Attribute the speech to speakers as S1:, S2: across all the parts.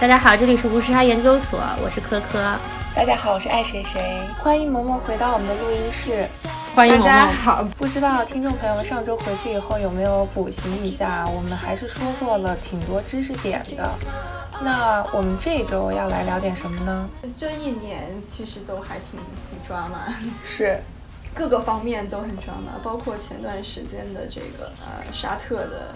S1: 大家好，这里是无时差研究所，我是科科。
S2: 大家好，我是爱谁谁，欢迎萌萌回到我们的录音室。
S1: 欢迎萌萌。
S3: 大家好，
S2: 不知道听众朋友们上周回去以后有没有补习一下？我们还是说过了挺多知识点的。那我们这周要来聊点什么呢？
S3: 这一年其实都还挺挺抓马，
S2: 是
S3: 各个方面都很抓马，包括前段时间的这个呃沙特的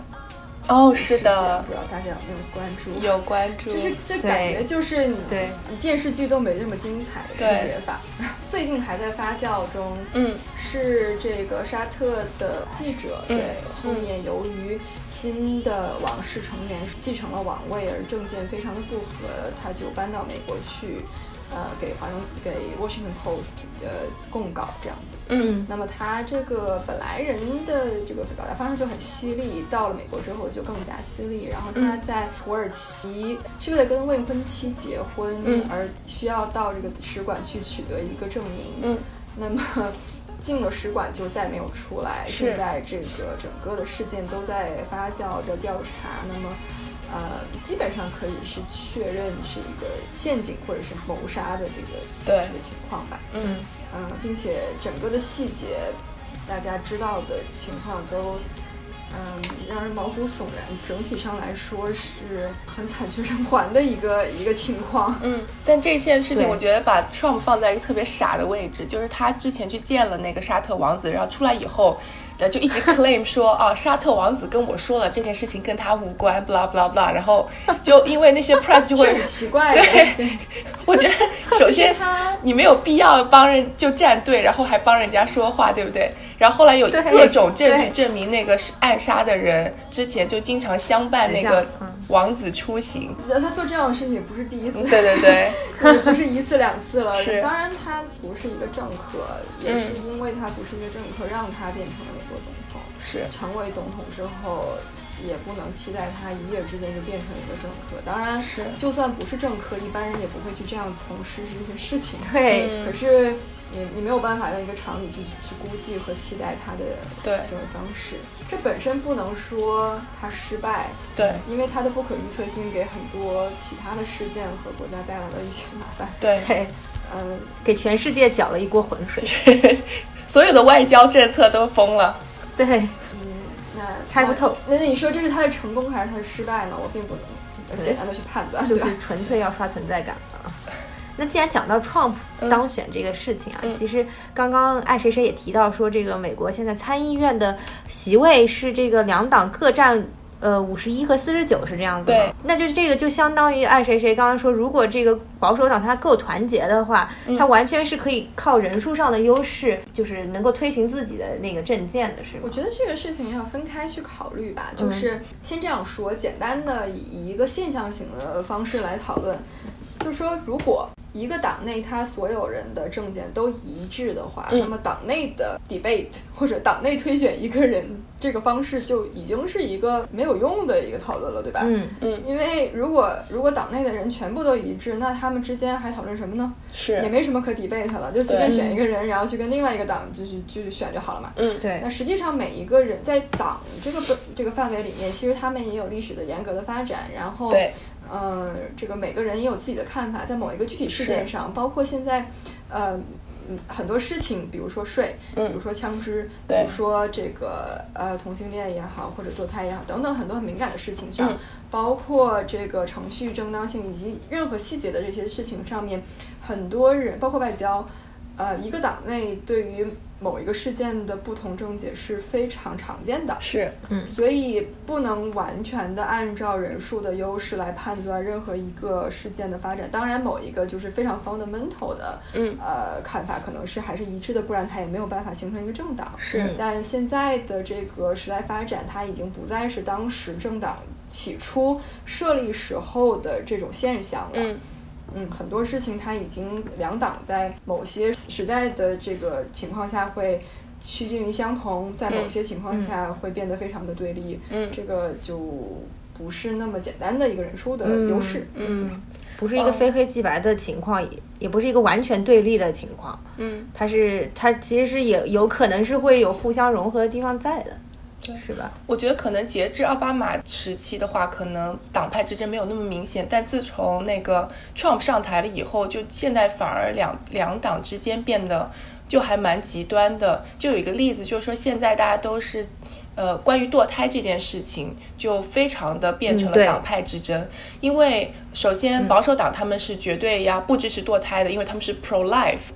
S2: 哦，是
S3: 事件
S2: 的
S3: 不，知道大家有没有关注？
S2: 有关注
S3: 就，是这感觉就是你
S1: 对
S3: 你电视剧都没这么精彩的
S2: 对
S3: 写法， 最近还在发酵中。
S2: 嗯，
S3: 是这个沙特的记者对、
S2: 嗯
S3: 后面由于新的王室成员继承了王位，而政见非常的不合，他就搬到美国去，呃，给华盛给 Washington Post 呃供稿这样子。
S2: 嗯，
S3: 那么他这个本来人的这个表达方式就很犀利，到了美国之后就更加犀利。然后他
S2: 嗯
S3: 在土耳其是为了跟未婚妻结婚，
S2: 嗯
S3: 而需要到这个使馆去取得一个证明。
S2: 嗯，
S3: 那么。进了使馆就再没有出来，
S2: 是
S3: 现在这个整个的事件都在发酵的调查，那么，呃，基本上可以是确认是一个陷阱或者是谋杀的这个
S2: 对
S3: 这个情况吧。
S2: 嗯，
S3: 嗯，并且整个的细节，大家知道的情况都，嗯，让人毛骨悚然。整体上来说是很惨绝人寰的一个一个情况。
S2: 嗯，但这件事情，
S3: 对
S2: 我觉得把 Trump 放在一个特别傻的位置，就是他之前去见了那个沙特王子，然后出来以后，呃，就一直 claim 说啊，沙特王子跟我说了这件事情跟他无关，blah blah blah，然后就因为那些 press 就会
S3: 很，奇怪的，对，
S2: 我觉得首先
S3: 他
S2: 你没有必要帮人就站队，然后还帮人家说话，对不对？然后后来有
S1: 对
S2: 各种证
S1: 对
S2: 据证明那个是暗杀的人之前就经常相伴那
S1: 很
S2: 个
S1: 像嗯
S2: 王子出行，
S3: 他做这样的事情也不是第一次，
S2: 对对对。
S3: 也不是一次两次了。
S2: 嗯是嗯
S3: 当然他不是一个政客，也是因为他不是一个政客，让他变成了美国总统。
S2: 是
S3: 成为总统之后，也不能期待他一夜之间就变成一个政客。当然，
S2: 是
S3: 就算不是政客，一般人也不会去这样从事这些事情。
S1: 对
S2: 嗯
S3: 可是你你没有办法用一个常理去去估计和期待他的
S2: 对
S3: 行为方式，这本身不能说他失败，
S2: 对
S3: 因为他的不可预测性给很多其他的事件和国家带来了一些麻烦。
S2: 对，
S1: 对，
S3: 嗯，
S1: 给全世界搅了一锅浑水。
S2: 所有的外交政策都疯了。
S1: 对，
S3: 嗯，那
S1: 猜不透
S3: 那。那你说这是他的成功还是他的失败呢？我并不能呃简单的去判断，
S1: 就
S3: 对吧？
S1: 是纯粹要刷存在感了。那既然讲到 Trump 当选这个事情啊，其实刚刚爱谁谁也提到说，这个美国现在参议院的席位是这个两党各占。呃，五十一和四十九是这样子吗
S2: 对，
S1: 那就是这个就相当于爱谁谁刚刚说，如果这个保守党它够团结的话，它完全是可以靠人数上的优势，就是能够推行自己的那个政见的，是吗
S3: 我？觉得这个事情要分开去考虑吧，
S1: 嗯
S3: 就是先这样说，简单的以一个现象型的方式来讨论，就是说，如果一个党内他所有人的政见都一致的话，
S2: 嗯
S3: 那么党内的 debate 或者党内推选一个人这个方式就已经是一个没有用的一个讨论了，对吧？
S1: 嗯，
S2: 嗯，
S3: 因为如果如果党内的人全部都一致，那他们之间还讨论什么呢？也
S2: 是，
S3: 没什么可 debate 了，就随便
S2: 对
S3: 选一个人，然后去跟另外一个党就是就是选就好了嘛。
S2: 嗯，
S1: 对
S3: 那，实际上每一个人在党这个本这个范围里面，其实他们也有历史的严格的发展，然后
S2: 对，
S3: 呃，这个每个人也有自己的看法，在某一个具体事件
S2: 是
S3: 上，包括现在，呃。嗯，很多事情，比如说税，
S2: 嗯
S3: 比如说枪支，比
S2: 对
S3: 如说这个呃同性恋也好，或者堕胎也好，等等很多很敏感的事情上，
S2: 嗯
S3: 包括这个程序正当性以及任何细节的这些事情上面，很多人包括外交，呃，一个党内对于某一个事件的不同症结是非常常见的。
S2: 是，
S3: 所以不能完全的按照人数的优势来判断任何一个事件的发展。当然，某一个就是非常 fundamental 的，
S2: 嗯
S3: 呃，看法可能是还是一致的，不然它也没有办法形成一个政党。
S2: 是
S3: 但现在的这个时代发展，它已经不再是当时政党起初设立时候的这种现象了。
S2: 嗯，
S3: 嗯，很多事情它已经两党在某些时代的这个情况下会趋近于相同，在某些情况下会变得非常的对立。
S2: 嗯
S3: 这个就不是那么简单的一个人数的优势。
S2: 嗯，
S1: 不是一个
S2: 哦
S1: 非黑即白的情况，也也不是一个完全对立的情况。
S2: 嗯，
S1: 它是它其实是也有可能是会有互相融合的地方在的。
S2: 对
S1: 是吧？
S2: 我觉得可能截至奥巴马时期的话，可能党派之争没有那么明显，但自从那个 Trump 上台了以后，就现在反而两两党之间变得就还蛮极端的。就有一个例子，就是说现在大家都是。呃，关于堕胎这件事情，就非常的变成
S1: 嗯对嗯
S2: 了党派之争，因为首先保守党他们是绝对呀不支持堕胎的，因为他们是 pro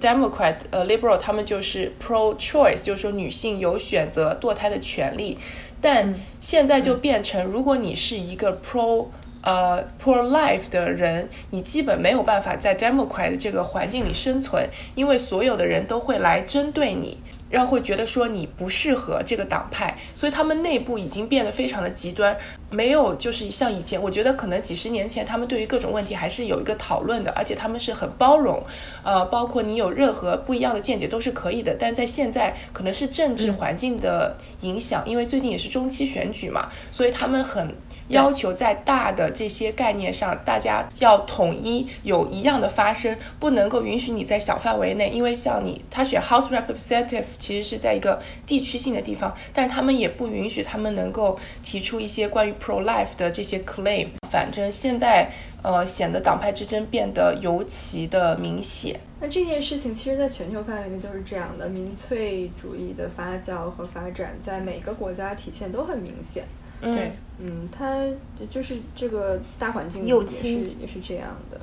S2: life，Democrat 呃 liberal 他们就是 pro choice，就是说女性有选择堕胎的权利，但现在就变成如果你是一个 pro 呃 pro life 的人，你基本没有办法在 Democrat 的这个环境里生存，因为所有的人都会来针对你。然后会觉得说你不适合这个党派，所以他们内部已经变得非常的极端，没有就是像以前，我觉得可能几十年前他们对于各种问题还是有一个讨论的，而且他们是很包容，呃，包括你有任何不一样的见解都是可以的。但在现在可能是政治环境的影响，因为最近也是中期选举嘛，所以他们很要求在大的这些概念上，大家要统一有一样的发声，不能够允许你在小范围内，因为像你他选 House Representative 其实是在一个地区性的地方，但他们也不允许他们能够提出一些关于 pro life 的这些 claim。反正现在呃显得党派之争变得尤其的明显。
S3: 那这件事情其实，在全球范围内都是这样的，民粹主义的发酵和发展，在每个国家体现都很明显。
S2: 对，
S3: 嗯，它就就是这个大环境
S1: 右
S3: 也是
S1: 倾
S3: 也是这样的。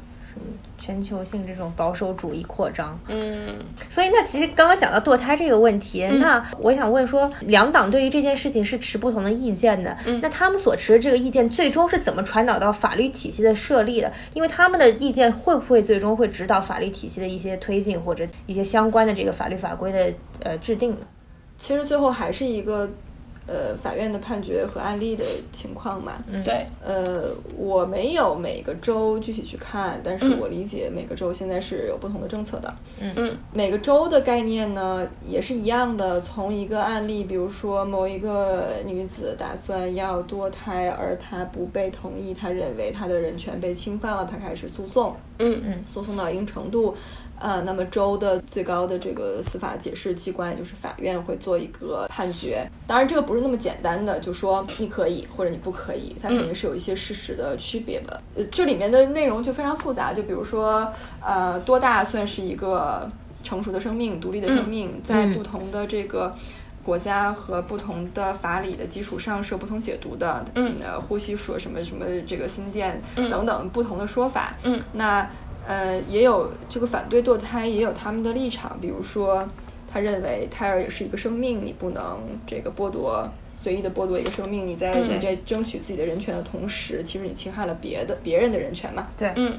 S1: 全球性这种保守主义扩张。
S2: 嗯，
S1: 所以，那其实刚刚讲到堕胎这个问题，那我想问说，两党对于这件事情是持不同的意见的。
S2: 嗯
S1: 那他们所持的这个意见，最终是怎么传导到法律体系的设立的？因为他们的意见会不会最终会指导法律体系的一些推进，或者一些相关的这个法律法规的呃制定呢？
S3: 其实最后还是一个呃法院的判决和案例的情况嘛。
S2: 对，
S3: 呃，我没有每个州具体去看，但是我理解每个州现在是有不同的政策的。
S2: 嗯
S3: 每个州的概念呢也是一样的，从一个案例，比如说某一个女子打算要堕胎，而她不被同意，她认为她的人权被侵犯了，她开始诉讼。
S2: 嗯嗯
S3: 诉讼到一定程度，呃，那么州的最高的这个司法解释机关，也就是法院，会做一个判决。当然，这个不是那么简单的，就说你可以或者你不可以，它肯定是有一些事实的区别的。呃，这里面的内容就非常复杂，就比如说，呃，多大算是一个成熟的生命、独立
S2: 嗯
S3: 的生命，在不同的这个。国家和不同的法理的基础上是有不同解读的，
S2: 嗯
S3: 呃，呼吸说什么什么这个心电等等不同的说法，
S2: 嗯
S3: 那呃，也有这个反对堕胎，也有他们的立场，比如说，他认为胎儿也是一个生命，你不能这个剥夺随意的剥夺一个生命，你在
S2: 嗯
S3: 你在争取自己的人权的同时，其实你侵害了别的别人的人权嘛，
S1: 对
S2: 嗯，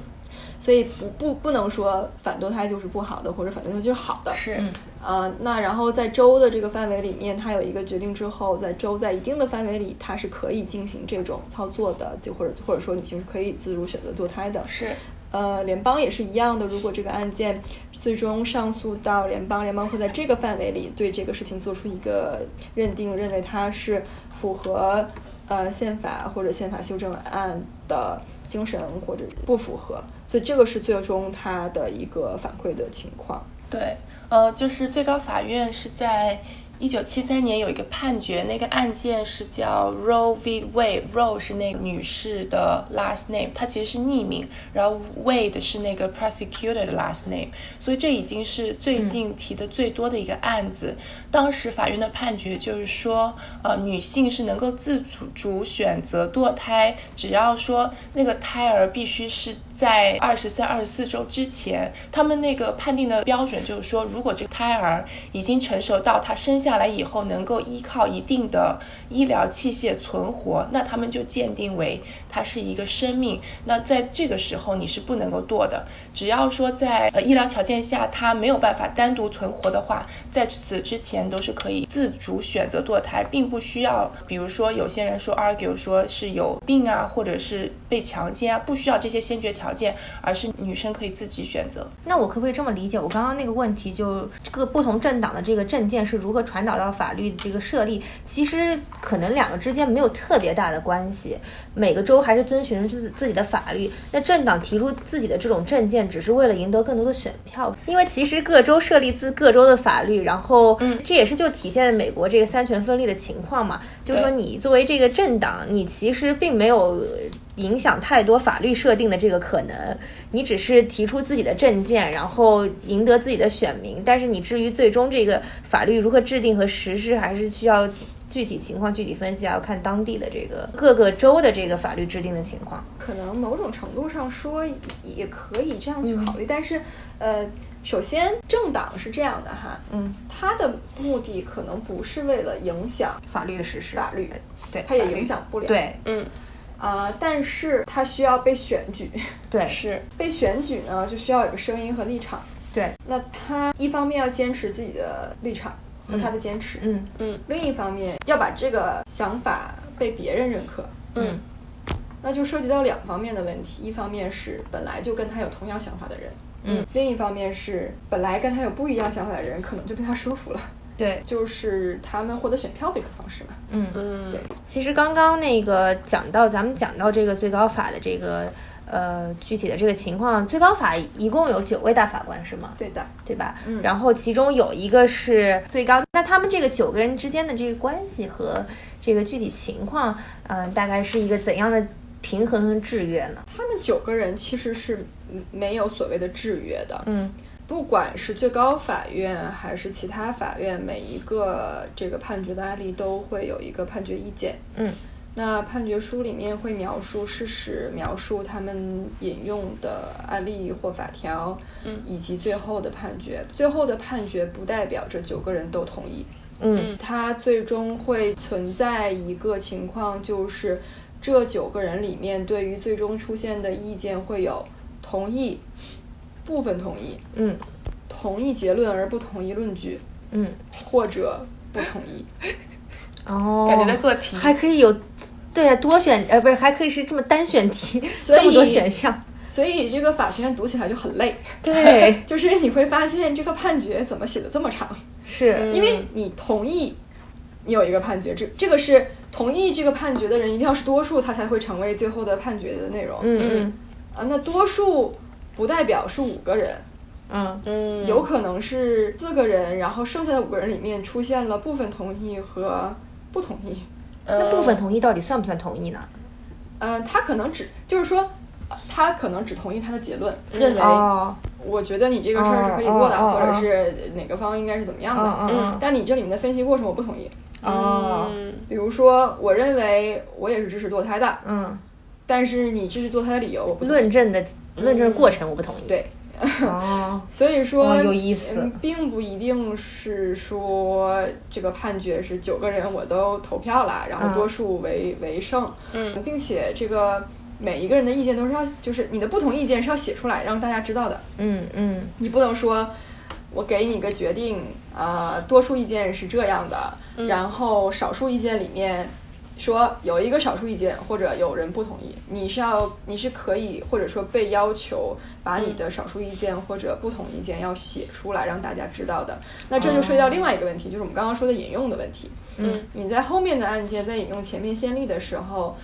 S3: 所以不不不能说反堕胎就是不好的，或者反对堕胎就是好的，
S2: 是，
S3: 呃，那然后在州的这个范围里面，它有一个决定之后，在州在一定的范围里，它是可以进行这种操作的，就或者或者说女性是可以自主选择堕胎的，
S2: 是，
S3: 呃，联邦也是一样的。如果这个案件最终上诉到联邦，联邦会在这个范围里对这个事情做出一个认定，认为它是符合呃宪法或者宪法修正案的精神，或者不符合。所以这个是最终它的一个反馈的情况。
S2: 对，呃，就是最高法院是在一九七三年有一个判决，那个案件是叫 Roe v. Wade，Roe 是那个女士的 last name，她其实是匿名，然后 Wade 是那个 prosecutor 的 last name，所以这已经是最近提的最多的一个案子。当时法院的判决就是说，呃，女性是能够自主主选择堕胎，只要说那个胎儿必须是在二十三、二十四周之前，他们那个判定的标准就是说，如果这个胎儿已经成熟到他生下来以后能够依靠一定的医疗器械存活，那他们就鉴定为他是一个生命。那在这个时候你是不能够堕的，只要说在呃医疗条件下他没有办法单独存活的话，在此之前都是可以自主选择堕胎，并不需要，比如说有些人说 argue 说是有病啊，或者是被强奸啊，不需要这些先决条件，而是女生可以自己选择。
S1: 那我可不可以这么理解？我刚刚那个问题就这个不同政党的这个政见是如何传导到法律这个设立，其实可能两个之间没有特别大的关系。每个州还是遵循自自己的法律。那政党提出自己的这种政见，只是为了赢得更多的选票。因为其实各州设立自各州的法律，然后这也是就体现美国这个三权分立的情况嘛。就是说，你作为这个政党，你其实并没有。影响太多法律设定的这个可能，你只是提出自己的政见，然后赢得自己的选民。但是你至于最终这个法律如何制定和实施，还是需要具体情况具体分析，还要看当地的这个各个州的这个法律制定的情况。
S3: 可能某种程度上说也可以这样去考虑，嗯、但是呃，首先政党是这样的哈，
S1: 嗯，
S3: 它的目的可能不是为了影响
S1: 法律的实施，
S3: 法律
S1: 对，
S3: 它也影响不了，
S1: 对，
S2: 嗯。
S3: 啊、呃，但是它需要被选举，
S1: 对，
S2: 是
S3: 被选举呢，就需要有个声音和立场，
S1: 对。
S3: 那他一方面要坚持自己的立场和他的坚持，
S1: 嗯
S2: 嗯，
S3: 另一方面要把这个想法被别人认可，
S1: 嗯，
S3: 那就涉及到两方面的问题，一方面是本来就跟他有同样想法的人，
S1: 嗯，
S3: 另一方面是本来跟他有不一样想法的人，可能就被他说服了。
S1: 对，
S3: 就是他们获得选票的一种方式嘛。
S1: 嗯
S2: 嗯，
S3: 对。
S1: 其实刚刚那个讲到，咱们讲到这个最高法的这个呃具体的这个情况，最高法一共有九位大法官是吗？
S3: 对的，
S1: 对吧？
S3: 嗯
S1: 然后其中有一个是最高，那他们这个九个人之间的这个关系和这个具体情况，嗯、大概是一个怎样的平衡和制约呢？
S3: 他们九个人其实是嗯没有所谓的制约的，
S1: 嗯
S3: 不管是最高法院还是其他法院，每一个这个判决的案例都会有一个判决意见。
S1: 嗯
S3: 那判决书里面会描述事实，描述他们引用的案例或法条，
S2: 嗯
S3: 以及最后的判决。最后的判决不代表这九个人都同意，
S1: 嗯
S3: 它最终会存在一个情况，就是这九个人里面对于最终出现的意见会有同意、部分同意、
S1: 嗯
S3: 同意结论而不同意论据，
S1: 嗯，
S3: 或者不同意。
S1: 哦，
S2: 感觉在做题，
S1: 还可以有。对啊，多选呃不是，还可以是这么单选题，
S3: 所以
S1: 这么多选项。
S3: 所以这个法学院读起来就很累，
S1: 对，
S3: 就是你会发现这个判决怎么写的这么长，
S1: 是，
S2: 嗯
S3: 因为你同意，你有一个判决，这这个是同意这个判决的人一定要是多数，他才会成为最后的判决的内容。
S1: 嗯
S3: 啊，那多数不代表是五个人，
S1: 嗯
S2: 嗯，
S3: 有可能是四个人，然后剩下的五个人里面出现了部分同意和不同意。
S1: 嗯，那
S2: 那
S1: 部分同意到底算不算同意呢？
S3: 嗯、他可能只就是说，呃他可能只同意他的结论，认为
S1: 哦，
S3: 我觉得你这个事儿是可以做的，
S1: 哦哦哦
S3: 或者是哪个方应该是怎么样的。
S1: 嗯嗯
S3: 但你这里面的分析过程我不同意。
S1: 嗯，哦，
S2: 嗯
S3: 比如说，我认为我也是支持堕胎的，
S1: 嗯，
S3: 但是你支持堕胎的理由我不同意。
S1: 论证的论证过程我不同意。，
S3: 对，
S1: 哦，
S3: 所以说、
S1: 哦有意思
S3: 嗯并不一定是说这个判决是九个人我都投票了，然
S1: 嗯
S3: 后多数为、为胜，
S2: 嗯，
S3: 并且这个每一个人的意见都是要，就是你的不同意见是要写出来让大家知道的，
S1: 嗯嗯
S3: 你不能说我给你一个决定，呃，多数意见是这样的，然后少数意见里面。说有一个少数意见，或者有人不同意，你是要你是可以，或者说被要求把你的少数意见或者不同意见要写出来，让大家知道的。那这就涉及到另外一个问题，就是我们刚刚说的引用的问题。
S1: 嗯
S3: 你在后面的案件在引用前面先例的时候，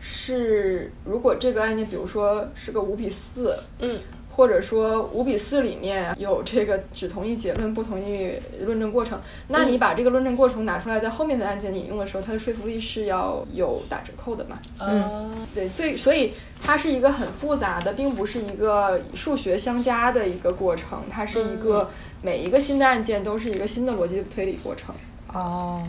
S3: 是如果这个案件，比如说是个五比四，
S2: 嗯
S3: 或者说五比四里面有这个只同意结论不同意论证过程，那你把这个论证过程拿出来，在后面的案件引用的时候，它的说服力是要有打折扣的嘛？
S2: 嗯
S3: 对，最所以它是一个很复杂的，并不是一个数学相加的一个过程，它是一个每一个新的案件都是一个新的逻辑推理过程。
S1: 哦。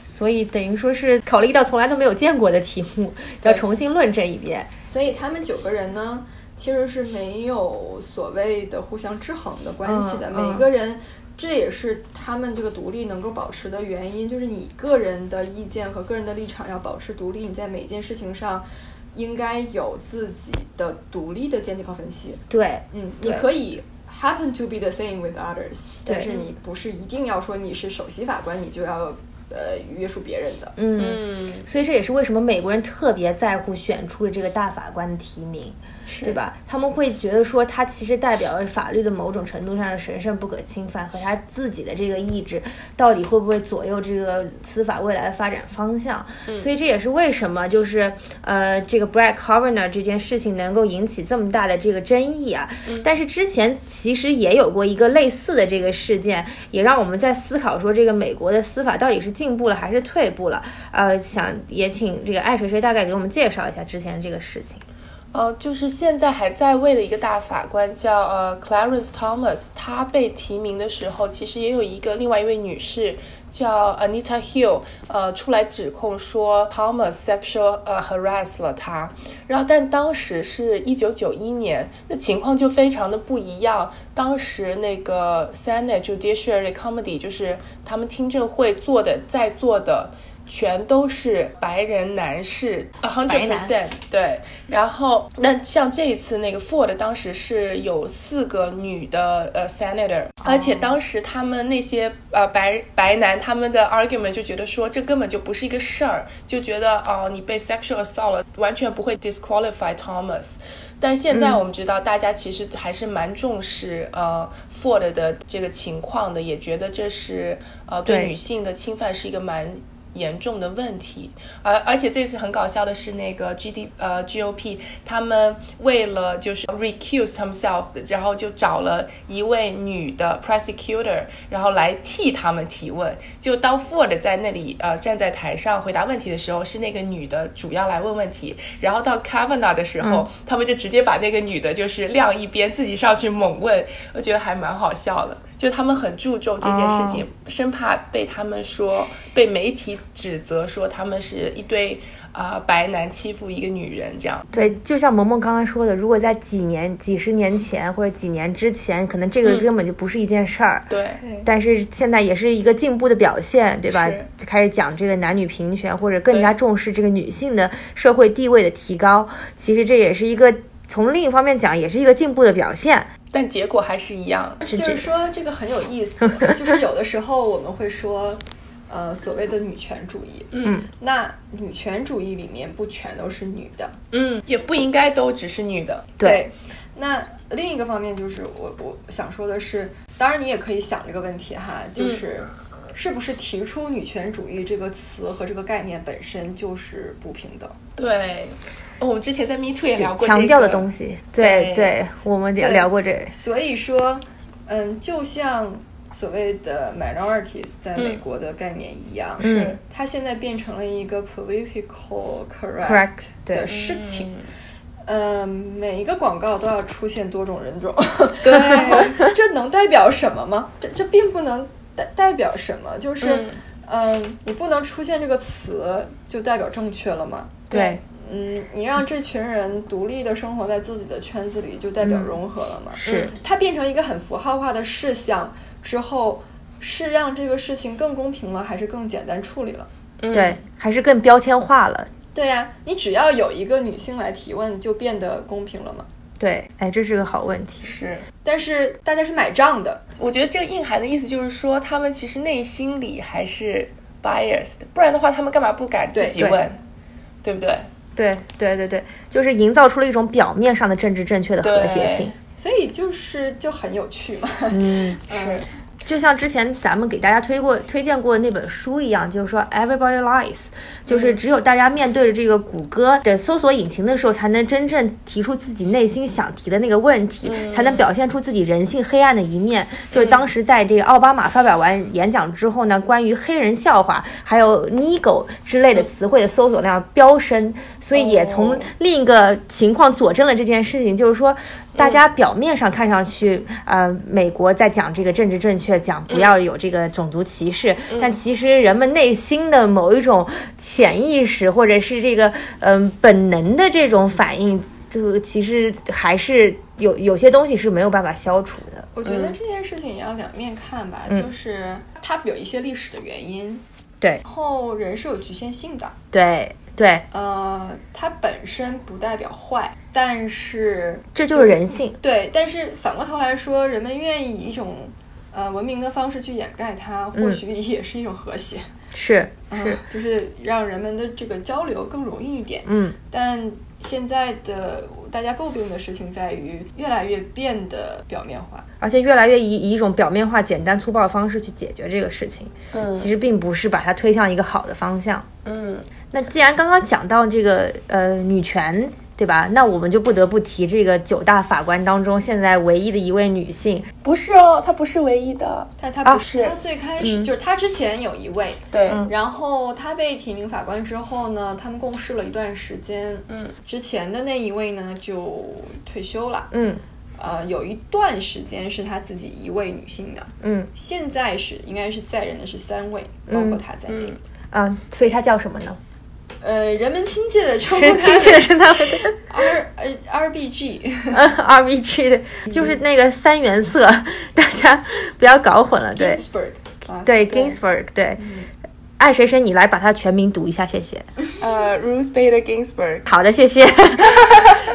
S1: 所以等于说是考了一道从来都没有见过的题目，要重新论证一遍。
S3: 所以他们九个人呢，其实是没有所谓的互相制衡的关系的。
S1: 嗯嗯
S3: 每个人，这也是他们这个独立能够保持的原因，就是你个人的意见和个人的立场要保持独立。你在每一件事情上，应该有自己的独立的见解和分析。
S1: 对，
S3: 嗯，你
S1: 对
S3: 可以 happen to be the same with others，
S1: 对
S3: 但是你不是一定要说你是首席法官，你就要呃约束别人的。
S1: 嗯，
S2: 嗯，
S1: 所以这也是为什么美国人特别在乎选出这个大法官的提名，对吧？他们会觉得说他其实代表了法律的某种程度上的神圣不可侵犯和他自己的这个意志到底会不会左右这个司法未来的发展方向。所以这也是为什么就是呃这个 Brett Kavanaugh 这件事情能够引起这么大的这个争议啊。但是之前其实也有过一个类似的这个事件，也让我们在思考说这个美国的司法到底是进步了还是退步了。呃，想也请这个爱谁谁大概给我们介绍一下之前这个事情。
S2: 呃，就是现在还在位的一个大法官叫呃 Clarence Thomas，他被提名的时候，其实也有一个另外一位女士叫 Anita Hill，呃，出来指控说 Thomas sexual 呃 harass 了他。然后，但当时是一九九一年，那情况就非常的不一样。当时那个 Senate Judiciary Committee 就是他们听证会做的，在座的。全都是白人男士
S1: 白
S2: ，hundred
S1: 男
S2: percent 对。然后那像这一次那个 Ford 当时是有四个女的呃 senator，而
S1: 哦
S2: 且当时他们那些呃白白男他们的 argument 就觉得说这根本就不是一个事儿，就觉得哦、你被 sexual assault 了，完全不会 disqualify Thomas。但现
S1: 嗯
S2: 在我们知道，大家其实还是蛮重视、呃 Ford 的这个情况的，也觉得这是呃
S1: 对
S2: 对女性的侵犯是一个蛮严重的问题。而而且这次很搞笑的是，那个 G D 呃 G O P 他们为了就是 recuse themselves，然后就找了一位女的 prosecutor，然后来替他们提问。就当 Ford 在那里呃站在台上回答问题的时候，是那个女的主要来问问题，然后到 Kavanaugh 的时候，他们就直接把那个女的就是晾一边，自己上去猛问，我觉得还蛮好笑的。就他们很注重这件事情，生怕被他们说被媒体指责说他们是一对啊、呃白男欺负一个女人这样。
S1: 对，就像萌萌刚刚说的，如果在几年、几十年前或者几年之前，可能这
S2: 嗯
S1: 个根本就不是一件事儿。
S2: 对，
S1: 但是现在也是一个进步的表现，对吧
S2: 是？
S1: 开始讲这个男女平权，或者更加重视这个女性的社会地位的提高，其实这也是一个从另一方面讲，也是一个进步的表现。
S2: 但结果还是一样。
S1: 是
S3: 就
S1: 这
S3: 是
S1: 个，
S3: 说这个很有意思， 就是有的时候我们会说，呃，所谓的女权主义，
S2: 嗯
S3: 那女权主义里面不全都是女的，
S2: 嗯，也不应该都只是女的。
S1: 对，
S3: 那另一个方面就是我我想说的是，当然你也可以想这个问题哈，就是是不是提出女权主义这个词和这个概念本身就是不平等？
S2: 对，哦我们之前在 Me Too 也聊过、这个、
S1: 强调的东。西，对
S2: 对
S1: 对，我们聊
S3: 对
S1: 聊过这个，
S3: 所以说，嗯，就像所谓的 minorities 在美国的概念一样，
S1: 嗯
S3: 它现在变成了一个 political
S1: Correct，
S3: correct
S1: 对
S3: 的事情。嗯，每一个广告都要出现多种人种，
S2: 对，
S3: 这能代表什么吗？这这并不能代代表什么，就是
S2: 嗯
S3: 嗯、你不能出现这个词就代表正确了吗？
S1: 对
S2: 对，
S3: 嗯，你让这群人独立的生活在自己的圈子里，就代表
S1: 嗯
S3: 融合了吗？
S1: 是
S3: 它变成一个很符号化的事项之后，是让这个事情更公平了，还是更简单处理了？
S2: 嗯
S1: 对，还是更标签化了。
S3: 对呀、你只要有一个女性来提问，就变得公平了嘛。
S1: 对，哎，这是个好问题。
S2: 是。
S3: 但是大家是买账的，
S2: 我觉得这个硬含的意思就是说，他们其实内心里还是 biased，不然的话，他们干嘛不敢自己
S1: 对对
S2: 问，对不对？
S1: 对对对对，就是营造出了一种表面上的政治正确的和谐
S2: 对
S1: 性。
S3: 所以就是就很有趣嘛。
S1: 嗯，
S2: 是，
S1: 就像之前咱们给大家推过、推荐过的那本书一样，就是说 Everybody Lies，就是
S2: 嗯
S1: 只有大家面对着这个谷歌的搜索引擎的时候，才能真正提出自己内心想提的那个问题，
S2: 嗯
S1: 才能表现出自己人性黑暗的一面。就是当时在这个奥巴马发表完演讲之后呢，关于黑人笑话还有 “nigger” 之类的词汇的搜索量飙升，所以也从
S2: 嗯哦
S1: 另一个情况佐证了这件事情，就是说，大家表面上看上去，呃，美国在讲这个政治正确，讲不要有这个种族歧视，但其实人们内心的某一种潜意识，或者是这个嗯、本能的这种反应，就是其实还是有有些东西是没有办法消除的。
S3: 我觉得这件事情也要两面看吧，
S1: 嗯
S3: 就是它有一些历史的原因，
S1: 对
S3: 然后人是有局限性的，
S1: 对对，
S3: 呃，它本身不代表坏，但是
S1: 这就是人性。
S3: 对，但是反过头来说，人们愿意以一种呃文明的方式去掩盖它，或
S1: 嗯
S3: 许也是一种和谐。
S1: 是
S3: 嗯，就是让人们的这个交流更容易一点。
S1: 嗯，
S3: 但现在的大家诟病的事情在于，越来越变得表面化。
S1: 而且越来越以以一种表面化、简单粗暴的方式去解决这个事情，
S2: 嗯
S1: 其实并不是把它推向一个好的方向。
S2: 嗯
S1: 那既然刚刚讲到这个呃女权，对吧？那我们就不得不提这个九大法官当中现在唯一的一位女性，
S2: 不是哦，她不是唯一的，
S3: 但他不
S2: 啊是
S3: 他最开始、就是他之前有一位，
S2: 对，
S1: 嗯
S3: 然后他被提名法官之后呢，他们共事了一段时间。
S2: 嗯，
S3: 之前的那一位呢就退休了。
S1: 嗯
S3: 呃，有一段时间是他自己一位女性的，
S1: 嗯
S3: 现在是应该是在任的是三位，包括他在内。
S2: 嗯
S1: 啊，所以她叫什么呢？
S3: 呃，人们亲切的称呼
S1: 是
S3: 他
S1: 亲切的是她 们
S3: R 呃 RBG，
S1: R B G 的，就是那个三原色， 大家不要搞混了。对
S3: Ginsburg，啊
S1: 对，Ginsburg 对，爱谁谁你来把它全名读一下，谢谢。
S2: 呃，Ruth Bader Ginsburg，
S1: 好的，谢谢。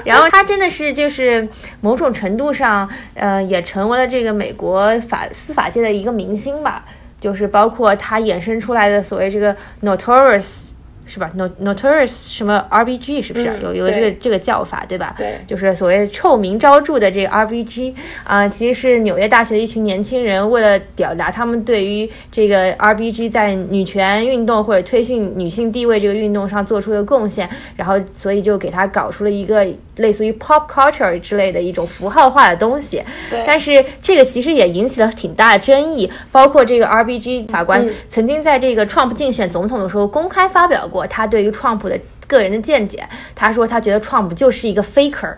S1: 然后她真的是就是某种程度上，呃，也成为了这个美国法司法界的一个明星吧。就是包括她衍生出来的所谓这个 notorious 是吧？not notorious 什么 RBG 是不是啊、
S2: 嗯
S1: 有有个这个
S2: 对
S1: 这个叫法对吧？
S2: 对
S1: 就是所谓臭名昭著的这个 RBG 啊、其实是纽约大学一群年轻人为了表达他们对于这个 RBG 在女权运动或者推进女性地位这个运动上做出的贡献，然后所以就给他搞出了一个类似于 pop culture 之类的一种符号化的东西。
S2: 对
S1: 但是这个其实也引起了挺大的争议，包括这个 RBG 法
S2: 嗯
S1: 官曾经在这个 Trump 竞选总统的时候公开发表过他对于 Trump 的个人的见解。他说他觉得 Trump 就是一个 faker。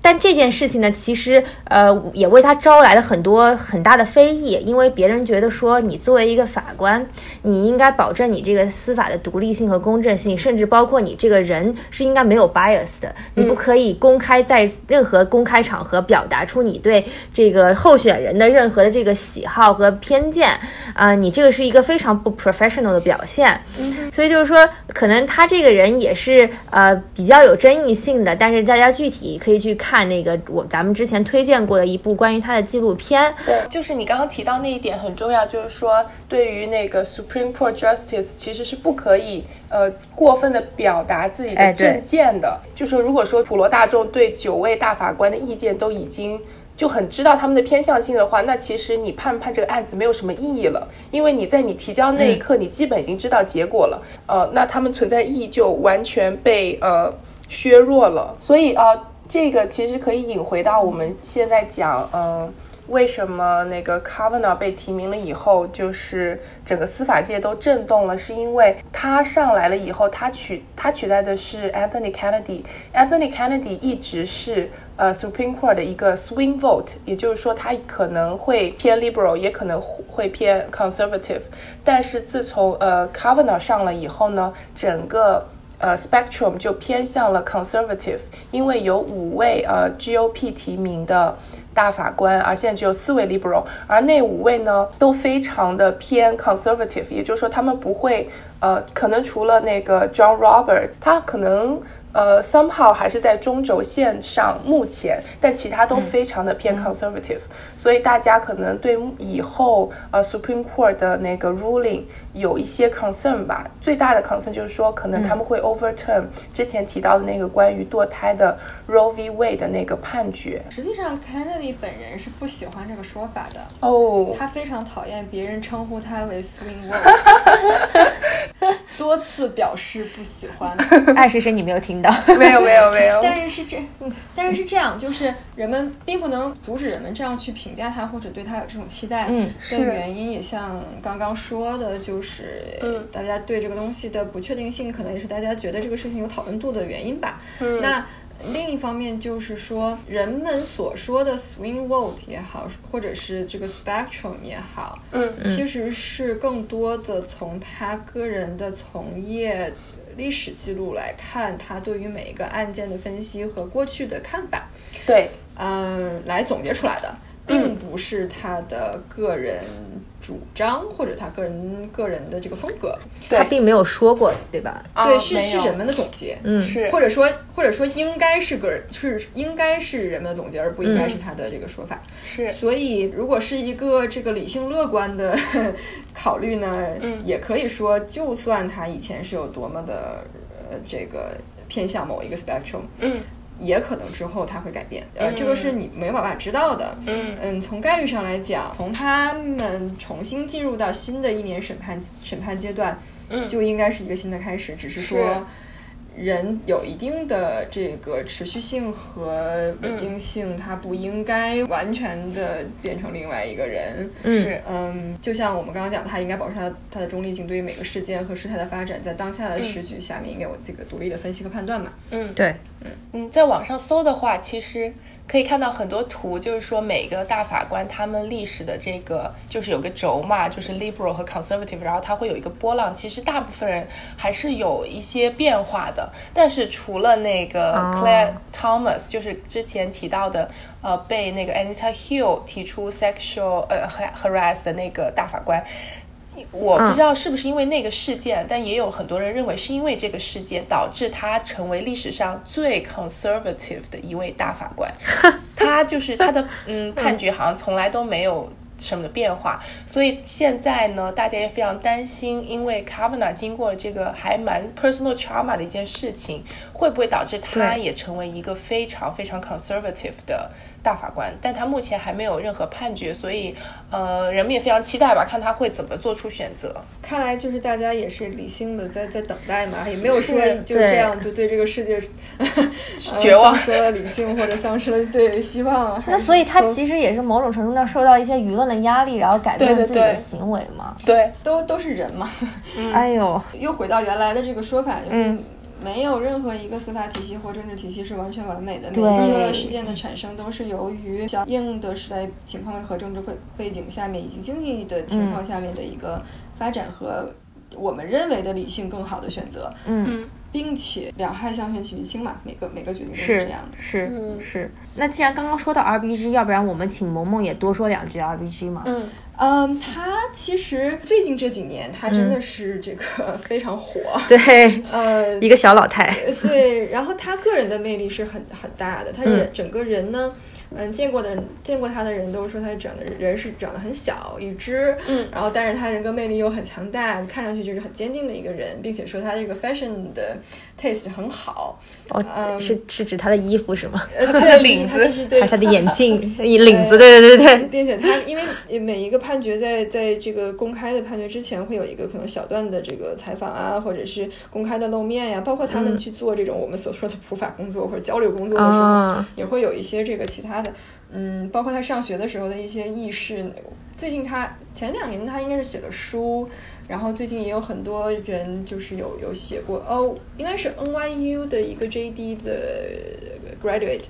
S1: 但这件事情呢，其实呃也为他招来了很多很大的非议，因为别人觉得说你作为一个法官，你应该保证你这个司法的独立性和公正性，甚至包括你这个人是应该没有 bias 的，你不可以公开在任何公开场合表达出你对这个候选人的任何的这个喜好和偏见，啊、你这个是一个非常不 professional 的表现。所以就是说，可能他这个人也是呃比较有争议性的，但是大家具体可以去看那个我咱们之前推荐过的一部关于他的纪录片，
S2: 对，就是你刚刚提到那一点很重要，就是说对于那个 Supreme Court Justice 其实是不可以呃过分的表达自己
S1: 哎
S2: 的
S1: 对
S2: 政见的。就说如果说普罗大众对九位大法官的意见都已经。就很知道他们的偏向性的话，那其实你判不判这个案子没有什么意义了，因为你在你提交那一刻，你基本已经知道结果了。呃，那他们存在意义就完全被呃削弱了。所以啊、呃这个其实可以引回到我们现在讲，嗯、为什么那个 Kavanaugh 被提名了以后，就是整个司法界都震动了？是因为他上来了以后，他取他取代的是 Anthony Kennedy。Anthony Kennedy 一直是呃 Supreme Court 的一个 swing vote，也就是说他可能会偏 liberal，也可能会偏 conservative。但是自从呃 Kavanaugh 上了以后呢，整个呃 spectrum 就偏向了 conservative，因为有五位呃 GOP 提名的大法官，而现在只有四位 liberal，而那五位呢都非常的偏 conservative，也就是说他们不会呃，可能除了那个 John Robert，他可能。呃，somehow 还是在中轴线上，目前，但其他都非常的偏 conservative，、所以大家可能对以后呃 Supreme Court 的那个 ruling 有一些 concern 吧。最大的 concern 就是说，可
S3: 嗯
S2: 能他们会 overturn 之前提到的那个关于堕胎的 Roe v. Wade 的那个判决。
S3: 实际上，Kennedy 本人是不喜欢这个说法的，
S2: 哦，
S3: 他非常讨厌别人称呼他为 swing vote，多次表示不喜 欢。
S1: 爱谁谁你没有听到，
S2: 没有没有没有，
S3: 但是是这，但是是这样，就是人们并不能阻止人们这样去评价他或者对他有这种期待。
S1: 嗯，
S3: 但
S2: 是
S3: 原因也像刚刚说的，就是
S2: 嗯
S3: 大家对这个东西的不确定性，可能也是大家觉得这个事情有讨论度的原因吧。
S2: 嗯
S3: 那。另一方面就是说，人们所说的 swing vote 也好，或者是这个 spectrum 也好，
S2: 嗯
S3: 其实是更多的从他个人的从业历史记录来看，他对于每一个案件的分析和过去的看法，
S2: 对，
S3: 嗯、来总结出来的。并不是他的个人主张或者他个人个人的这个风格，
S2: 对
S1: 他并没有说过，对吧？
S2: 啊
S3: 对，是
S2: 没
S3: 是
S2: 有
S3: 人们的总结，
S1: 嗯
S2: 是
S3: 或者说或者说应该是个人是应该是人们的总结，而不
S2: 嗯
S3: 应该是他的这个说法。
S2: 是
S3: 所以，如果是一个这个理性乐观的 考虑呢，
S2: 嗯
S3: 也可以说，就算他以前是有多么的呃这个偏向某一个 spectrum，
S2: 嗯
S3: 也可能之后他会改变，呃，
S2: 嗯
S3: 这个是你没有办法知道的。
S2: 嗯
S3: 嗯，从概率上来讲，从他们重新进入到新的一年审判审判阶段，
S2: 嗯
S3: 就应该是一个新的开始，只是说。
S2: 是
S3: 人有一定的这个持续性和稳定性，他不应该完全的变成另外一个人。
S1: 嗯，
S2: 是
S3: 嗯，就像我们刚刚讲，他应该保持他他的中立性，对于每个事件和事态的发展，在当下的时局下面，应该有这个独立的分析和判断嘛。
S2: 嗯
S1: 对，
S2: 嗯，在网上搜的话，其实可以看到很多图，就是说每个大法官他们历史的这个就是有个轴嘛，就是 liberal 和 conservative，然后它会有一个波浪。其实大部分人还是有一些变化的，但是除了那个
S1: 哦
S2: Claire Thomas，就是之前提到的，呃，被那个 Anita Hill 提出 sexual 呃 harass 的那个大法官。我不知道是不是因为那个事件，但也有很多人认为是因为这个事件导致他成为历史上最 conservative 的一位大法官。他就是他的嗯 判决好像从来都没有什么的变化，所以现在呢，大家也非常担心，因为 Kavanaugh 经过这个还蛮 personal trauma 的一件事情，会不会导致他
S1: 对
S2: 也成为一个非常非常 conservative 的大法官？但他目前还没有任何判决，所以呃，人们也非常期待吧，看他会怎么做出选择。
S3: 看来就是大家也是理性的在在等待嘛，也没有说
S2: 是
S3: 就这样就对这个世 界呃
S2: 绝望
S3: 丧失了理性或者丧失了对希望。啊还
S1: 那
S3: 是
S1: 所以他
S3: 说
S1: 其实也是某种程度上受到一些舆论的压力，然后改变
S2: 对对
S1: 自己的
S2: 对
S1: 行为嘛。
S2: 对，
S3: 都都是人嘛，
S1: 哎呦，
S3: 又回到原来的这个说法，就是
S1: 嗯
S3: 没有任何一个司法体系或政治体系是完全完美的。每
S1: 对
S3: 一个事件的产生都是由于相应的时代情况和政治背背景下面以及经济的情况下面的一个发展和我们认为的理性更好的选择，
S1: 嗯，
S2: 嗯
S3: 并且两害相权取其轻嘛，每个每个决定都是这
S1: 是
S3: 样的。
S1: 是
S2: 嗯
S1: 是。那既然刚刚说到 RBG，要不然我们请萌萌也多说两句 RBG 嘛。
S2: 嗯
S3: 嗯，他其实最近这几年，他真的是这个非常火。
S1: 对，
S3: 呃，
S1: 一个小老太。
S3: 对，然后他个人的魅力是很很大的，他人整个人呢，嗯，见过的人见过他的人都说他长得人是长得很小一只，
S2: 嗯
S3: 然后但是他人格魅力又很强大，看上去就是很坚定的一个人，并且说他这个 fashion 的 taste 很好，
S1: 哦，
S3: 嗯
S1: 是是指她的衣服是吗？
S3: 呃，
S2: 的
S3: 对
S2: 领
S3: 他
S2: 子
S3: 其实对
S1: 还是她的眼 镜、领子？对对对对。
S3: 并且他因为每一个判决在在这个公开的判决之前，会有一个可能小段的这个采访啊，或者是公开的露面呀、包括他
S1: 嗯
S3: 们去做这种我们所说的普法工作或者交流工作的时候
S1: 啊，
S3: 也会有一些这个其他的，嗯，包括他上学的时候的一些轶事。最近他前两年他应该是写了书，然后最近也有很多人就是有有写过哦，应该是 NYU 的一个 JD 的 graduate，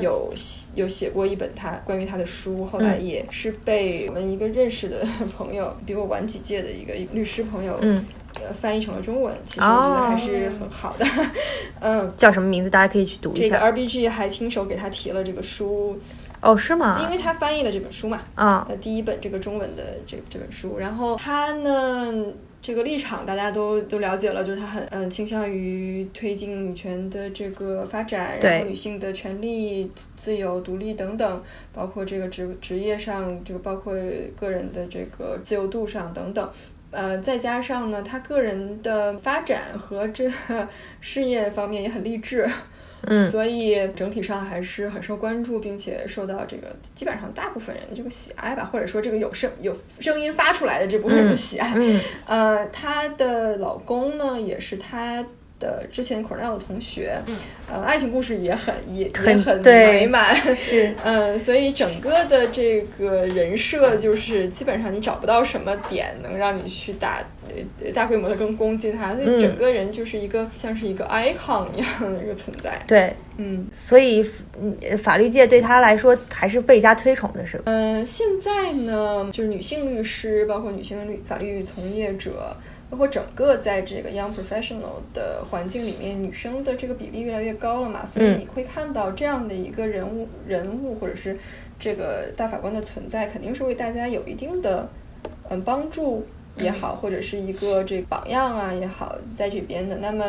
S3: 有写有写过一本他关于他的书，后
S1: 嗯
S3: 来也是被我们一个认识的朋友，比我晚几届的一个律师朋友，
S1: 嗯，
S3: 呃，翻译成了中文，其实我觉得还
S1: 哦
S3: 是很好的， 嗯。
S1: 叫什么名字？大家可以去读一
S3: 这个
S1: 下。
S3: RBG 还亲手给他提了这个书，
S1: 哦，是吗？
S3: 因为他翻译了这本书嘛，
S1: 啊
S3: 呃，第一本这个中文的这这本书，然后他呢。这个立场大家都都了解了，就是他很嗯倾向于推进女权的这个发展，然后
S1: 对
S3: 女性的权利、自由、独立等等，包括这个职职业上，这个包括个人的这个自由度上等等。呃，再加上呢，他个人的发展和这个事业方面也很励志，
S1: 嗯
S3: 所以整体上还是很受关注，并且受到这个基本上大部分人的这个喜爱吧，或者说这个有声有声音发出来的这部分人的喜爱。
S1: 嗯
S3: 呃，她的老公呢，也是她。的之前 Cornell 的同学，嗯，呃，爱情故事也很也也
S1: 很
S3: 很
S1: 对
S3: 美满，是， 嗯，所以整个的这个人设就是基本上你找不到什么点能让你去打呃大规模的跟攻击他，所
S1: 嗯
S3: 以整个人就是一个像是一个 icon 一样的一个存在，
S1: 对，
S3: 嗯，
S1: 所以嗯法律界对她来说还是倍加推崇的，是吧？
S3: 呃嗯，现在呢，就是女性律师，包括女性律法律从业者，包括整个在这个 young professional 的环境里面，女生的这个比例越来越高了嘛，所以
S1: 嗯
S3: 你会看到这样的一个人物人物或者是这个大法官的存在，肯定是为大家有一定的嗯帮助也好，或者是一个这个榜样啊也好，在这边的那么。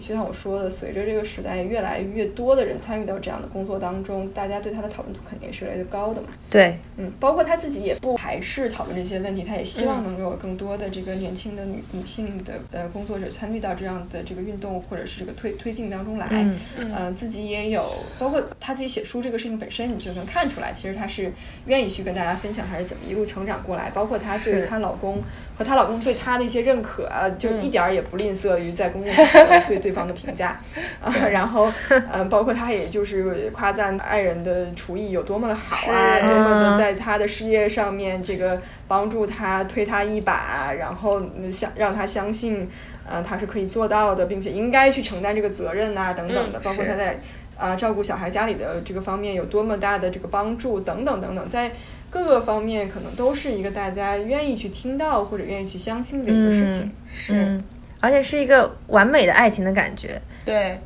S3: 就像我说的，随着这个时代越来越多的人参与到这样的工作当中，大家对他的讨论度肯定是越来越高的嘛。
S1: 对，
S3: 嗯，包括他自己也不排斥讨论这些问题，他也希
S1: 嗯
S3: 望能够有更多的这个年轻的女女性的呃工作者参与到这样的这个运动或者是这个推推进当中来。
S1: 嗯
S3: 嗯、自己也有，包括他自己写书这个事情本身，你就能看出来，其实他是愿意去跟大家分享，还是怎么一路成长过来。包括她对于
S1: 是嗯
S3: 她老公和她老公对她的一些认可啊，就一点儿也不吝啬于在公众场 合对对方的评价啊。 然后，嗯，包括她也就是夸赞爱人的厨艺有多么的好啊，
S2: 是
S3: 多么的
S1: 嗯
S3: 在她的事业上面这个帮助她推她一把，然后嗯相让她相信。呃，她是可以做到的，并且应该去承担这个责任呐、等等的，
S2: 嗯
S3: 包括
S2: 是
S3: 她在啊、照顾小孩家里的这个方面有多么大的这个帮助等等等等，在各个方面可能都是一个大家愿意去听到或者愿意去相信的一个事情。
S2: 是，
S1: 嗯，而且是一 个完美的爱情的感觉。
S2: 对，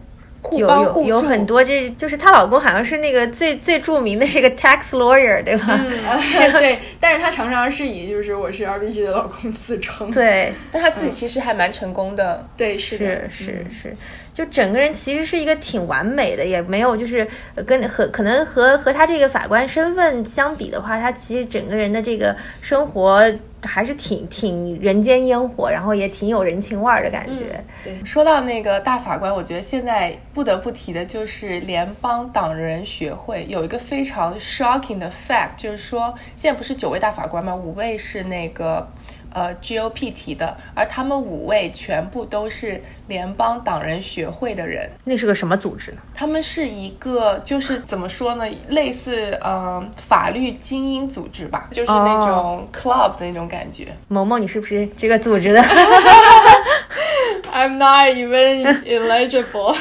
S2: 互
S1: 有
S2: 帮互
S1: 有
S2: 助
S1: 有很多这，就是她老公好像是那个最最著名的是个 tax lawyer，对吧？
S3: 嗯对，但是她常常是以就是我是 RBG 的老公自称。
S1: 对，
S2: 但他自己其实还蛮成功的，
S3: 对，是的，
S1: 是是是，就整个人其实是一个挺完美的，也没有就是呃跟和可能和和他这个法官身份相比的话，他其实整个人的这个生活还是挺挺人间烟火，然后也挺有人情味儿的感觉。
S3: 对，
S2: 说到那个大法官，我觉得现在不得不提的就是联邦党人学会有一个非常 shocking 的 fact，就是说现在不是九位大法官吗？五位是那个呃 GOP 提的，而他们五位全部都是联邦党人学会的人。
S1: 那是个什么组织呢？
S2: 他们是一个，就是怎么说呢，类似嗯、呃法律精英组织吧，就是那种 club 的那种感觉。
S1: 萌萌，你是不是这个组织的？
S3: I'm not even eligible 。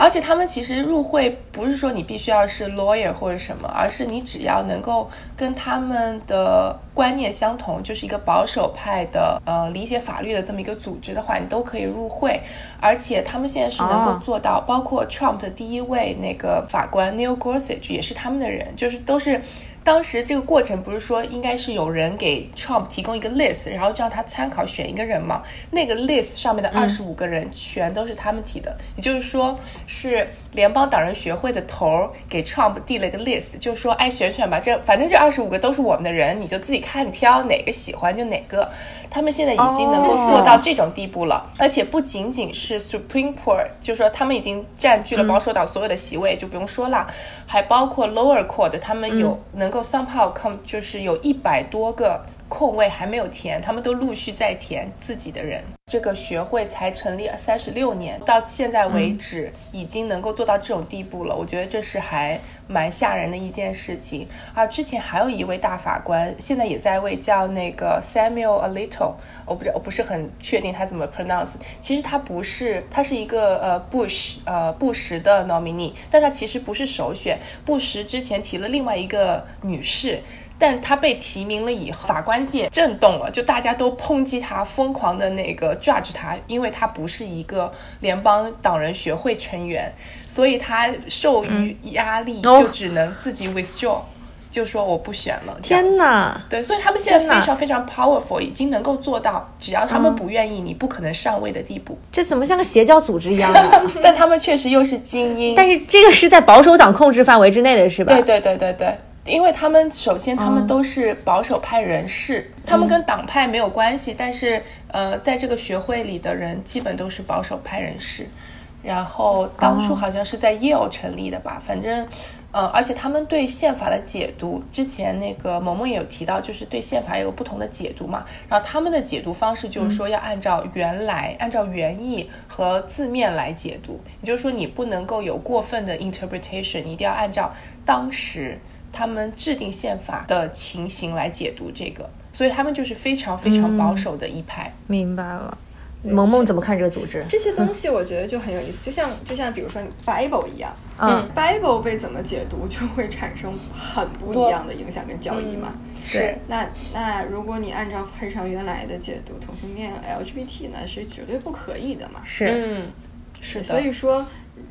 S2: 而且他们其实入会不是说你必须要是 lawyer 或者什么，而是你只要能够跟他们的观念相同，就是一个保守派的呃理解法律的这么一个组织的话，你都可以入会。而且他们现在是能够
S1: 哦
S2: 做到，包括 Trump 的第一位那个法官 Neil Gorsuch 也是他们的人，就是都是。当时这个过程不是说应该是有人给 Trump 提供一个 list，然后就让他参考选一个人嘛？那个 list 上面的二十五个人全都是他们提的，也就是说是联邦党人学会的头儿给 Trump 递了一个 list，就说哎选选吧，这反正这二十五个都是我们的人，你就自己看你挑哪个喜欢就哪个。他们现在已经能够做到这种地步了，而且不仅仅是 Supreme Court，就是说他们已经占据了保守党所有的席位，就不用说了，还包括 Lower Court，他们有、能够 somehow come，就是有一百多个。空位还没有填，他们都陆续在填自己的人。这个学会才成立三十六年，到现在为止、已经能够做到这种地步了。我觉得这是还蛮吓人的一件事情啊。之前还有一位大法官，现在也在位，叫那个 Samuel Alito，我不知我不是很确定他怎么 pronounce。其实他不是，他是一个呃 Bush 呃布什的 nominee，但他其实不是首选。布什之前提了另外一个女士。但他被提名了以后，法官界震动了，就大家都抨击他，疯狂的那个 judge 他，因为他不是一个联邦党人学会成员，所以他受于压力，
S1: 哦
S2: 就只能自己 withdraw，、就说我不选了。这样
S1: 天哪！
S2: 对，所以他们现在
S1: 天哪
S2: 非常非常 powerful，已经能够做到，只要他们不愿意，你不可能上位的地步。
S1: 这怎么像个邪教组织一样啊？
S2: 但他们确实又是精英，
S1: 但是这个是在保守党控制范围之内的是吧？
S2: 对对对对对，因为他们首先他们都是保守派人士，他们跟党派没有关系，但是呃，在这个学会里的人基本都是保守派人士。然后当初好像是在耶鲁成立的吧，反正，呃，而且他们对宪法的解读，之前那个萌萌也有提到，就是对宪法也有不同的解读嘛。然后他们的解读方式就是
S3: 嗯
S2: 说要按照原来、按照原意和字面来解读，也就是说你不能够有过分的 interpretation，你一定要按照当时他们制定宪法的
S3: 嗯
S2: 情形来解读这个，所以他们就是非常非常保守的一派。
S1: 明白了。萌萌怎么看这个组织？
S3: 这些东西我觉得就很有意思，就像就像比如说你 Bible 一样，
S1: 嗯，
S3: ，Bible 被怎么解读，就会产生很不一样的影响跟交易嘛。
S2: 是
S3: 那那如果你按照非常原来的解读，同性恋 LGBT 呢是绝对不可以的嘛。
S1: 是，
S2: 嗯，是的，
S3: 所以说，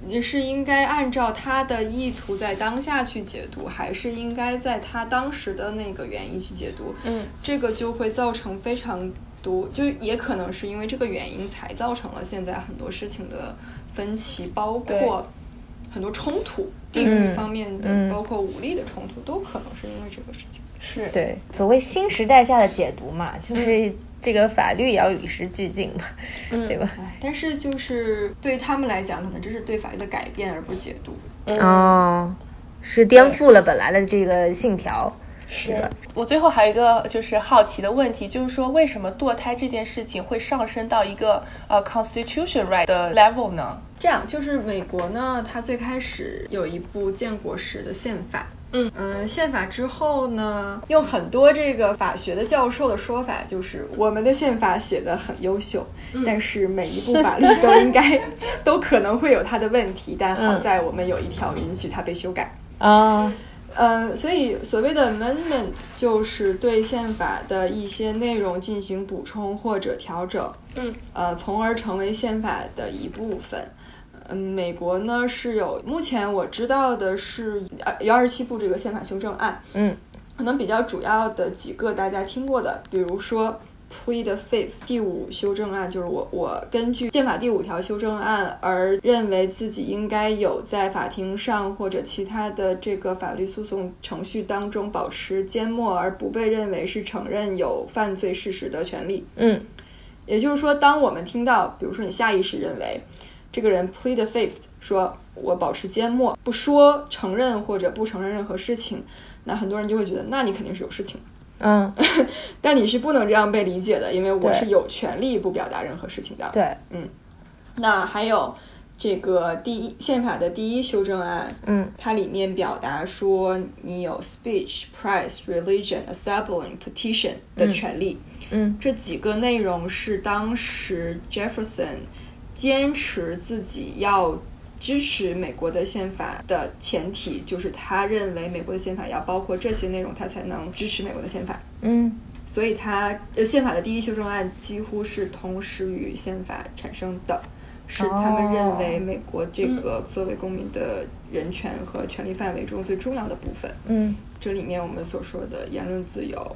S3: 你是应该按照他的意图在当下去解读，还是应该在他当时的那个原因去解读？
S2: 嗯，
S3: 这个就会造成非常多，就也可能是因为这个原因才造成了现在很多事情的分歧，包
S2: 对
S3: 括很多冲突，地域方面的，
S1: 嗯
S3: 包括武力的冲突，都可能是因为这个事情。
S2: 是
S1: 对，所谓新时代下的解读嘛，就是这个法律也要与时俱进嘛，
S2: 嗯
S1: 对吧？
S3: 唉，哎但是就是对于他们来讲，可能这是对法律的改变，而不是解读。
S2: 嗯。
S1: 哦，是颠覆了本来的这个信条，
S2: 是
S1: 对吧
S2: 我最后还有一个就是好奇的问题，就是说为什么堕胎这件事情会上升到一个呃 constitution right 的 level 呢？
S3: 这样，就是美国呢，它最开始有一部建国时的宪法。
S2: 嗯
S3: 宪法之后呢，用很多这个法学的教授的说法，就是我们的宪法写的很优秀，但是每一部法律都应该都可能会有它的问题，但好在我们有一条允许它被修改。
S1: 啊，
S3: 呃，所以所谓的 amendment 就是对宪法的一些内容进行补充或者调整，
S2: 嗯，
S3: 呃，从而成为宪法的一部分。嗯，美国呢是有，目前我知道的是幺二七部这个宪法修正案，
S1: 嗯，
S3: 可能比较主要的几个大家听过的，比如说 Plead the Fifth 第五修正案，就是我我根据宪法第五条修正案而认为自己应该有在法庭上或者其他的这个法律诉讼程序当中保持缄默而不被认为是承认有犯罪事实的权利。
S1: 嗯
S3: 也就是说，当我们听到，比如说你下意识认为这个人 plead the fifth，说我保持缄默，不说承认或者不承认任何事情，那很多人就会觉得，那你肯定是有事情。
S1: 嗯，
S3: 但你是不能这样被理解的，因为我
S1: 对
S3: 是有权利不表达任何事情的。
S1: 对，
S3: 那还有这个第一宪法的第一修正案，
S1: 嗯
S3: 它里面表达说你有 speech、press、religion、assembling、petition 的权利。
S1: 嗯
S3: 这几个内容是当时 Jefferson 坚持自己要支持美国的宪法的前提，就是他认为美国的宪法要包括这些内容，他才能支持美国的宪法。
S1: 嗯
S3: 所以他呃宪法的第一修正案几乎是同时与宪法产生的，是他们认为美国这个作为公民的人权和权利范围中最重要的部分。
S1: 嗯
S3: 这里面我们所说的言论自由、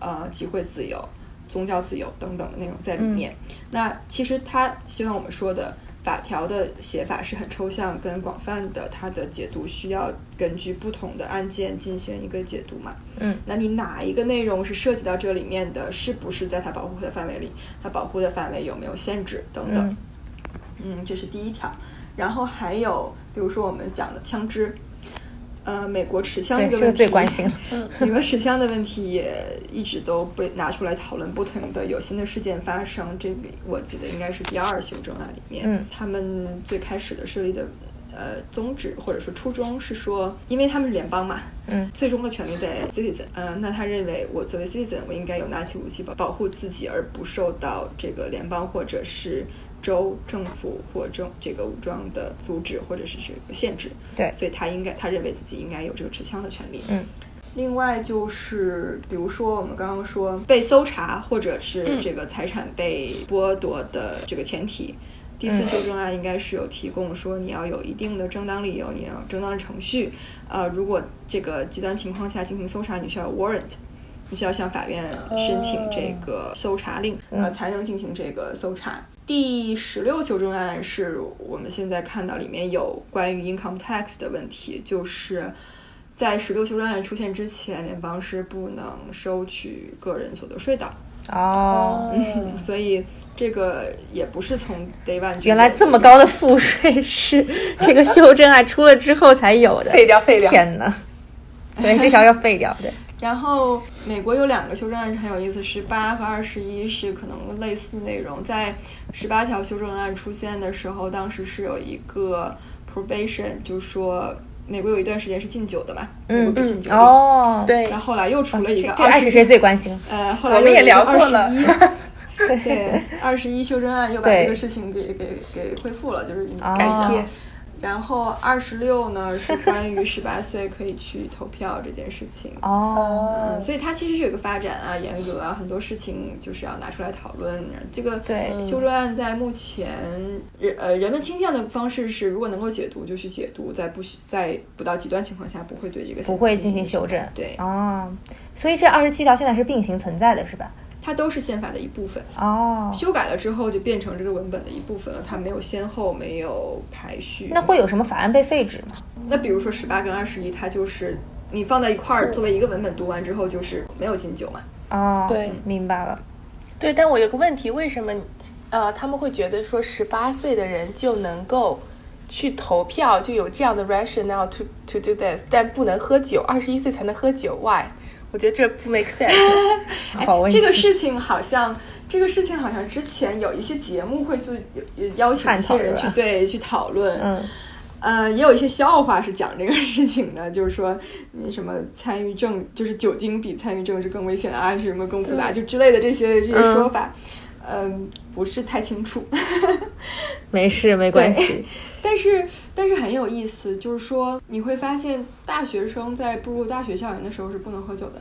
S3: 呃集会自由、宗教自由等等的内容在里面。那其实它就像我们说的，法条的写法是很抽象跟广泛的，它的解读需要根据不同的案件进行一个解读嘛。
S1: 嗯，
S3: 那你哪一个内容是涉及到这里面的？是不是在它保护的范围里？它保护的范围有没有限制等等？
S1: 嗯
S3: 嗯，这是第一条。然后还有，比如说我们讲的枪支，呃，美国持枪个
S1: 对，这
S3: 问
S1: 个
S3: 题，
S1: 最关心 嗯了，
S3: 你们持枪的问题也一直都被拿出来讨论，不同的有新的事件发生。这个我记得应该是第二修正案里面，
S1: 嗯
S3: 他们最开始的设立的呃宗旨或者说初衷是说，因为他们是联邦嘛，
S1: 嗯
S3: 最终的权利在 citizen，呃，那他认为我作为 citizen，我应该有拿起武器保保护自己，而不受到这个联邦或者是州政府或政这个武装的阻止或者是这个限制。
S1: 对
S3: 所以他应该他认为自己应该有这个持枪的权利。
S1: 嗯，
S3: 另外就是比如说我们刚刚说被搜查或者是
S1: 嗯
S3: 这个财产被剥夺的这个前提。第四修正案应该是有提供说你要有一定的正当理由，你要有正当的程序，呃，如果这个极端情况下进行搜查，你需要有 warrant，你需要向法院申请这
S1: 哦
S3: 个搜查令，
S1: 嗯
S3: 呃，才能进行这个搜查。第十六修正案是我们现在看到里面有关于 income tax 的问题，就是在十六修正案出现之前，联邦是不能收取个人所得税的。
S1: 哦，
S2: 嗯，
S3: 所以这个也不是从 day one 就
S1: 原来
S3: 有
S1: 这么
S3: 的
S1: 高的赋税是这个修正案出了之后才有的，
S2: 废掉废掉
S1: 天哪！ 对，这条要废掉，对，
S3: 然后美国有两个修正案是很有意思，十八和二十一是可能类似内容。在十八条修正案出现的时候，当时是有一个 probation，就是说美国有一段时间是禁酒的嘛，美国被禁酒令。
S1: 嗯哦，，
S2: 对
S3: 然，后后来又出了一
S1: 这
S3: 个
S1: 这个
S3: 二
S1: 爱是
S3: 十，
S1: 谁最关心？
S3: 呃，后来
S2: 我们也聊过
S3: 了。 对，二十一修正案又把
S1: 对
S3: 这个事情给给给恢复了，就是
S1: 啊
S2: 改
S3: 改
S2: 贴
S3: 写。然后二十六呢是关于十八岁可以去投票这件事情。
S1: 哦，
S3: 嗯，所以它其实是有个发展啊、严格啊，很多事情就是要拿出来讨论。这个
S1: 对
S3: 修正案在目前人呃人们倾向的方式是，如果能够解读就去解读，在不在不到极端情况下不会对这个
S1: 不会进
S3: 进
S1: 行修正。
S3: 对，
S1: 哦，所以这二十七条现在是并行存在的，是吧？
S3: 它都是宪法的一部分。
S1: 哦，
S3: 修改了之后就变成这个文本的一部分了，它没有先后，没有排序。
S1: 那会有什么法案被废止吗？
S3: 那比如说十八跟二十一，它就是你放在一块儿，作为一个文本读完之后，就是没有禁酒嘛。
S1: 哦，
S2: 对
S1: 明白了。
S2: 对，但我有个问题，为什么呃他们会觉得说十八岁的人就能够去投票，就有这样的 rationale to to do this，但不能喝酒，二十一岁才能喝酒？Why？我觉得这不 make sense。
S1: 好问
S3: 哎这个
S1: 题
S3: 事情好像，这个事情好像之前有一些节目会去有有邀请一些人
S1: 探讨是
S3: 去
S1: 吧
S3: 对去讨论，
S1: 嗯，
S3: 呃，也有一些笑话是讲这个事情的，就是说你什么参与政，就是酒精比参与政治更危险啊，是什么更复
S1: 嗯
S3: 杂，就之类的这些这些说法，嗯、不是太清楚。
S1: 没事，没关系。
S3: 但是但是很有意思，就是说你会发现大学生在步入大学校园的时候是不能喝酒的。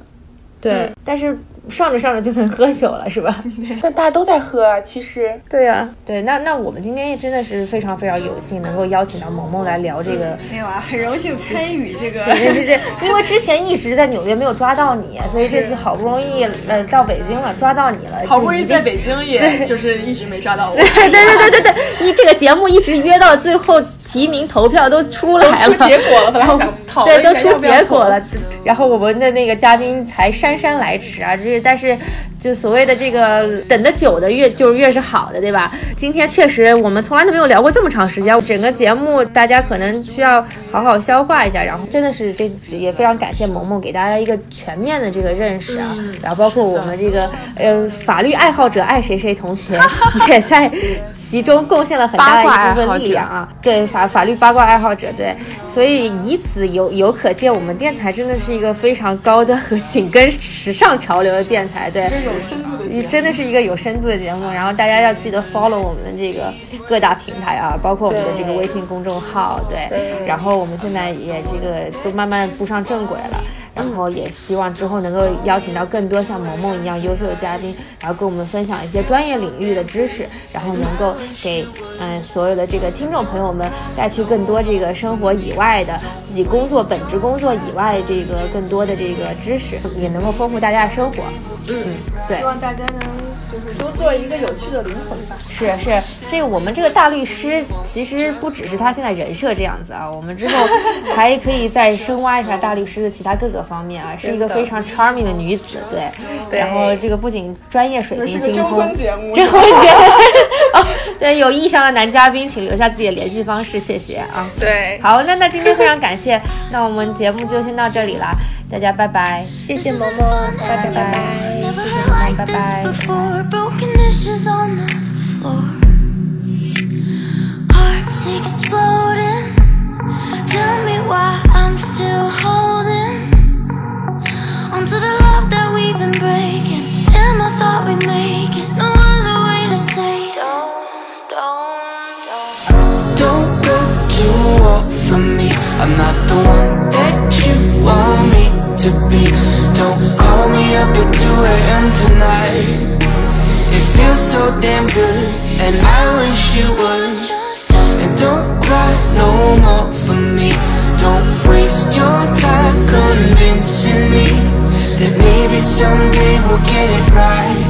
S1: 对，嗯但是上着上着就能喝酒了，是吧？
S2: 但大家都在喝啊，其实
S1: 对呀、对，那那我们今天也真的是非常非常有幸能够邀请到萌萌来聊这个。
S3: 没有啊，很荣幸参与这个。
S1: 这这这，因为之前一直在纽约没有抓到你，所以这次好不容易呃到北京了，抓到你了，
S3: 好不容易
S1: 就一定
S3: 在北京，也就是一直没抓到我。
S1: 对对对对对，一这个节目一直约到最后提名投票都出来了，
S2: 出结果了，本来想讨论
S1: 对，
S2: 一
S1: 都
S2: 下要
S1: 出
S2: 不要
S1: 结果
S2: 投
S1: 了。然后我们的那个嘉宾还姗姗来迟啊，就是但是就所谓的这个等的久的越就是越是好的，对吧？今天确实我们从来都没有聊过这么长时间，整个节目大家可能需要好好消化一下。然后真的是这也非常感谢萌萌给大家一个全面的这个认识啊，然后包括我们这个呃法律爱好者爱谁谁同学也在其中贡献了很大的一部分力量啊，对法法律八卦爱好者对，所以以此有有可见，我们电台真的是一个非常高端和紧跟时尚潮流的电台，对。你真的是一个有深度的节目，然后大家要记得 follow 我们这个各大平台啊，包括我们的这个微信公众号，对。然后我们现在也这个就慢慢步上正轨了，然后也希望之后能够邀请到更多像萌萌一样优秀的嘉宾，然后跟我们分享一些专业领域的知识，然后能够给嗯、所有的这个听众朋友们带去更多这个生活以外的自己工作本职工作以外的这个更多的这个知识，也能够丰富大家的生活。嗯，对。
S3: 希望大家能就是多做一个有趣的灵魂吧。
S1: 是是，这个我们这个大律师其实不只是他现在人设这样子啊，我们之 后还可以再深挖一下大律师的其他各个方面 啊，是一个非常 charming 的女子，对。然后这个不仅专业水
S3: 这
S1: 平
S3: 是个
S1: 精
S3: 征
S1: 通
S3: 婚，节目，
S1: 征婚节目 哦，对，有意向的男嘉宾请留下自己的联系方式，谢谢啊。
S2: 对，
S1: 好，那那今天非常感谢，那我们节目就先到这里啦，大家拜拜，谢谢萌萌，拜拜拜拜。
S4: Never heard like
S1: Bye
S4: this
S1: bye.
S4: before. Broken dishes on the floor. Hearts exploding. Tell me why I'm still holding onto the love that we've been breaking. Damn, I thought we'd make it. No other way to say don't, don't, don't.
S5: Don't go to war for me. I'm not the one that you want me to be. Don't call me up at 2 a.m. tonight. It feels so damn good, and I wish you would.
S4: Just don't.
S5: And don't cry no more for me. Don't waste your time convincing me that maybe someday we'll get it right.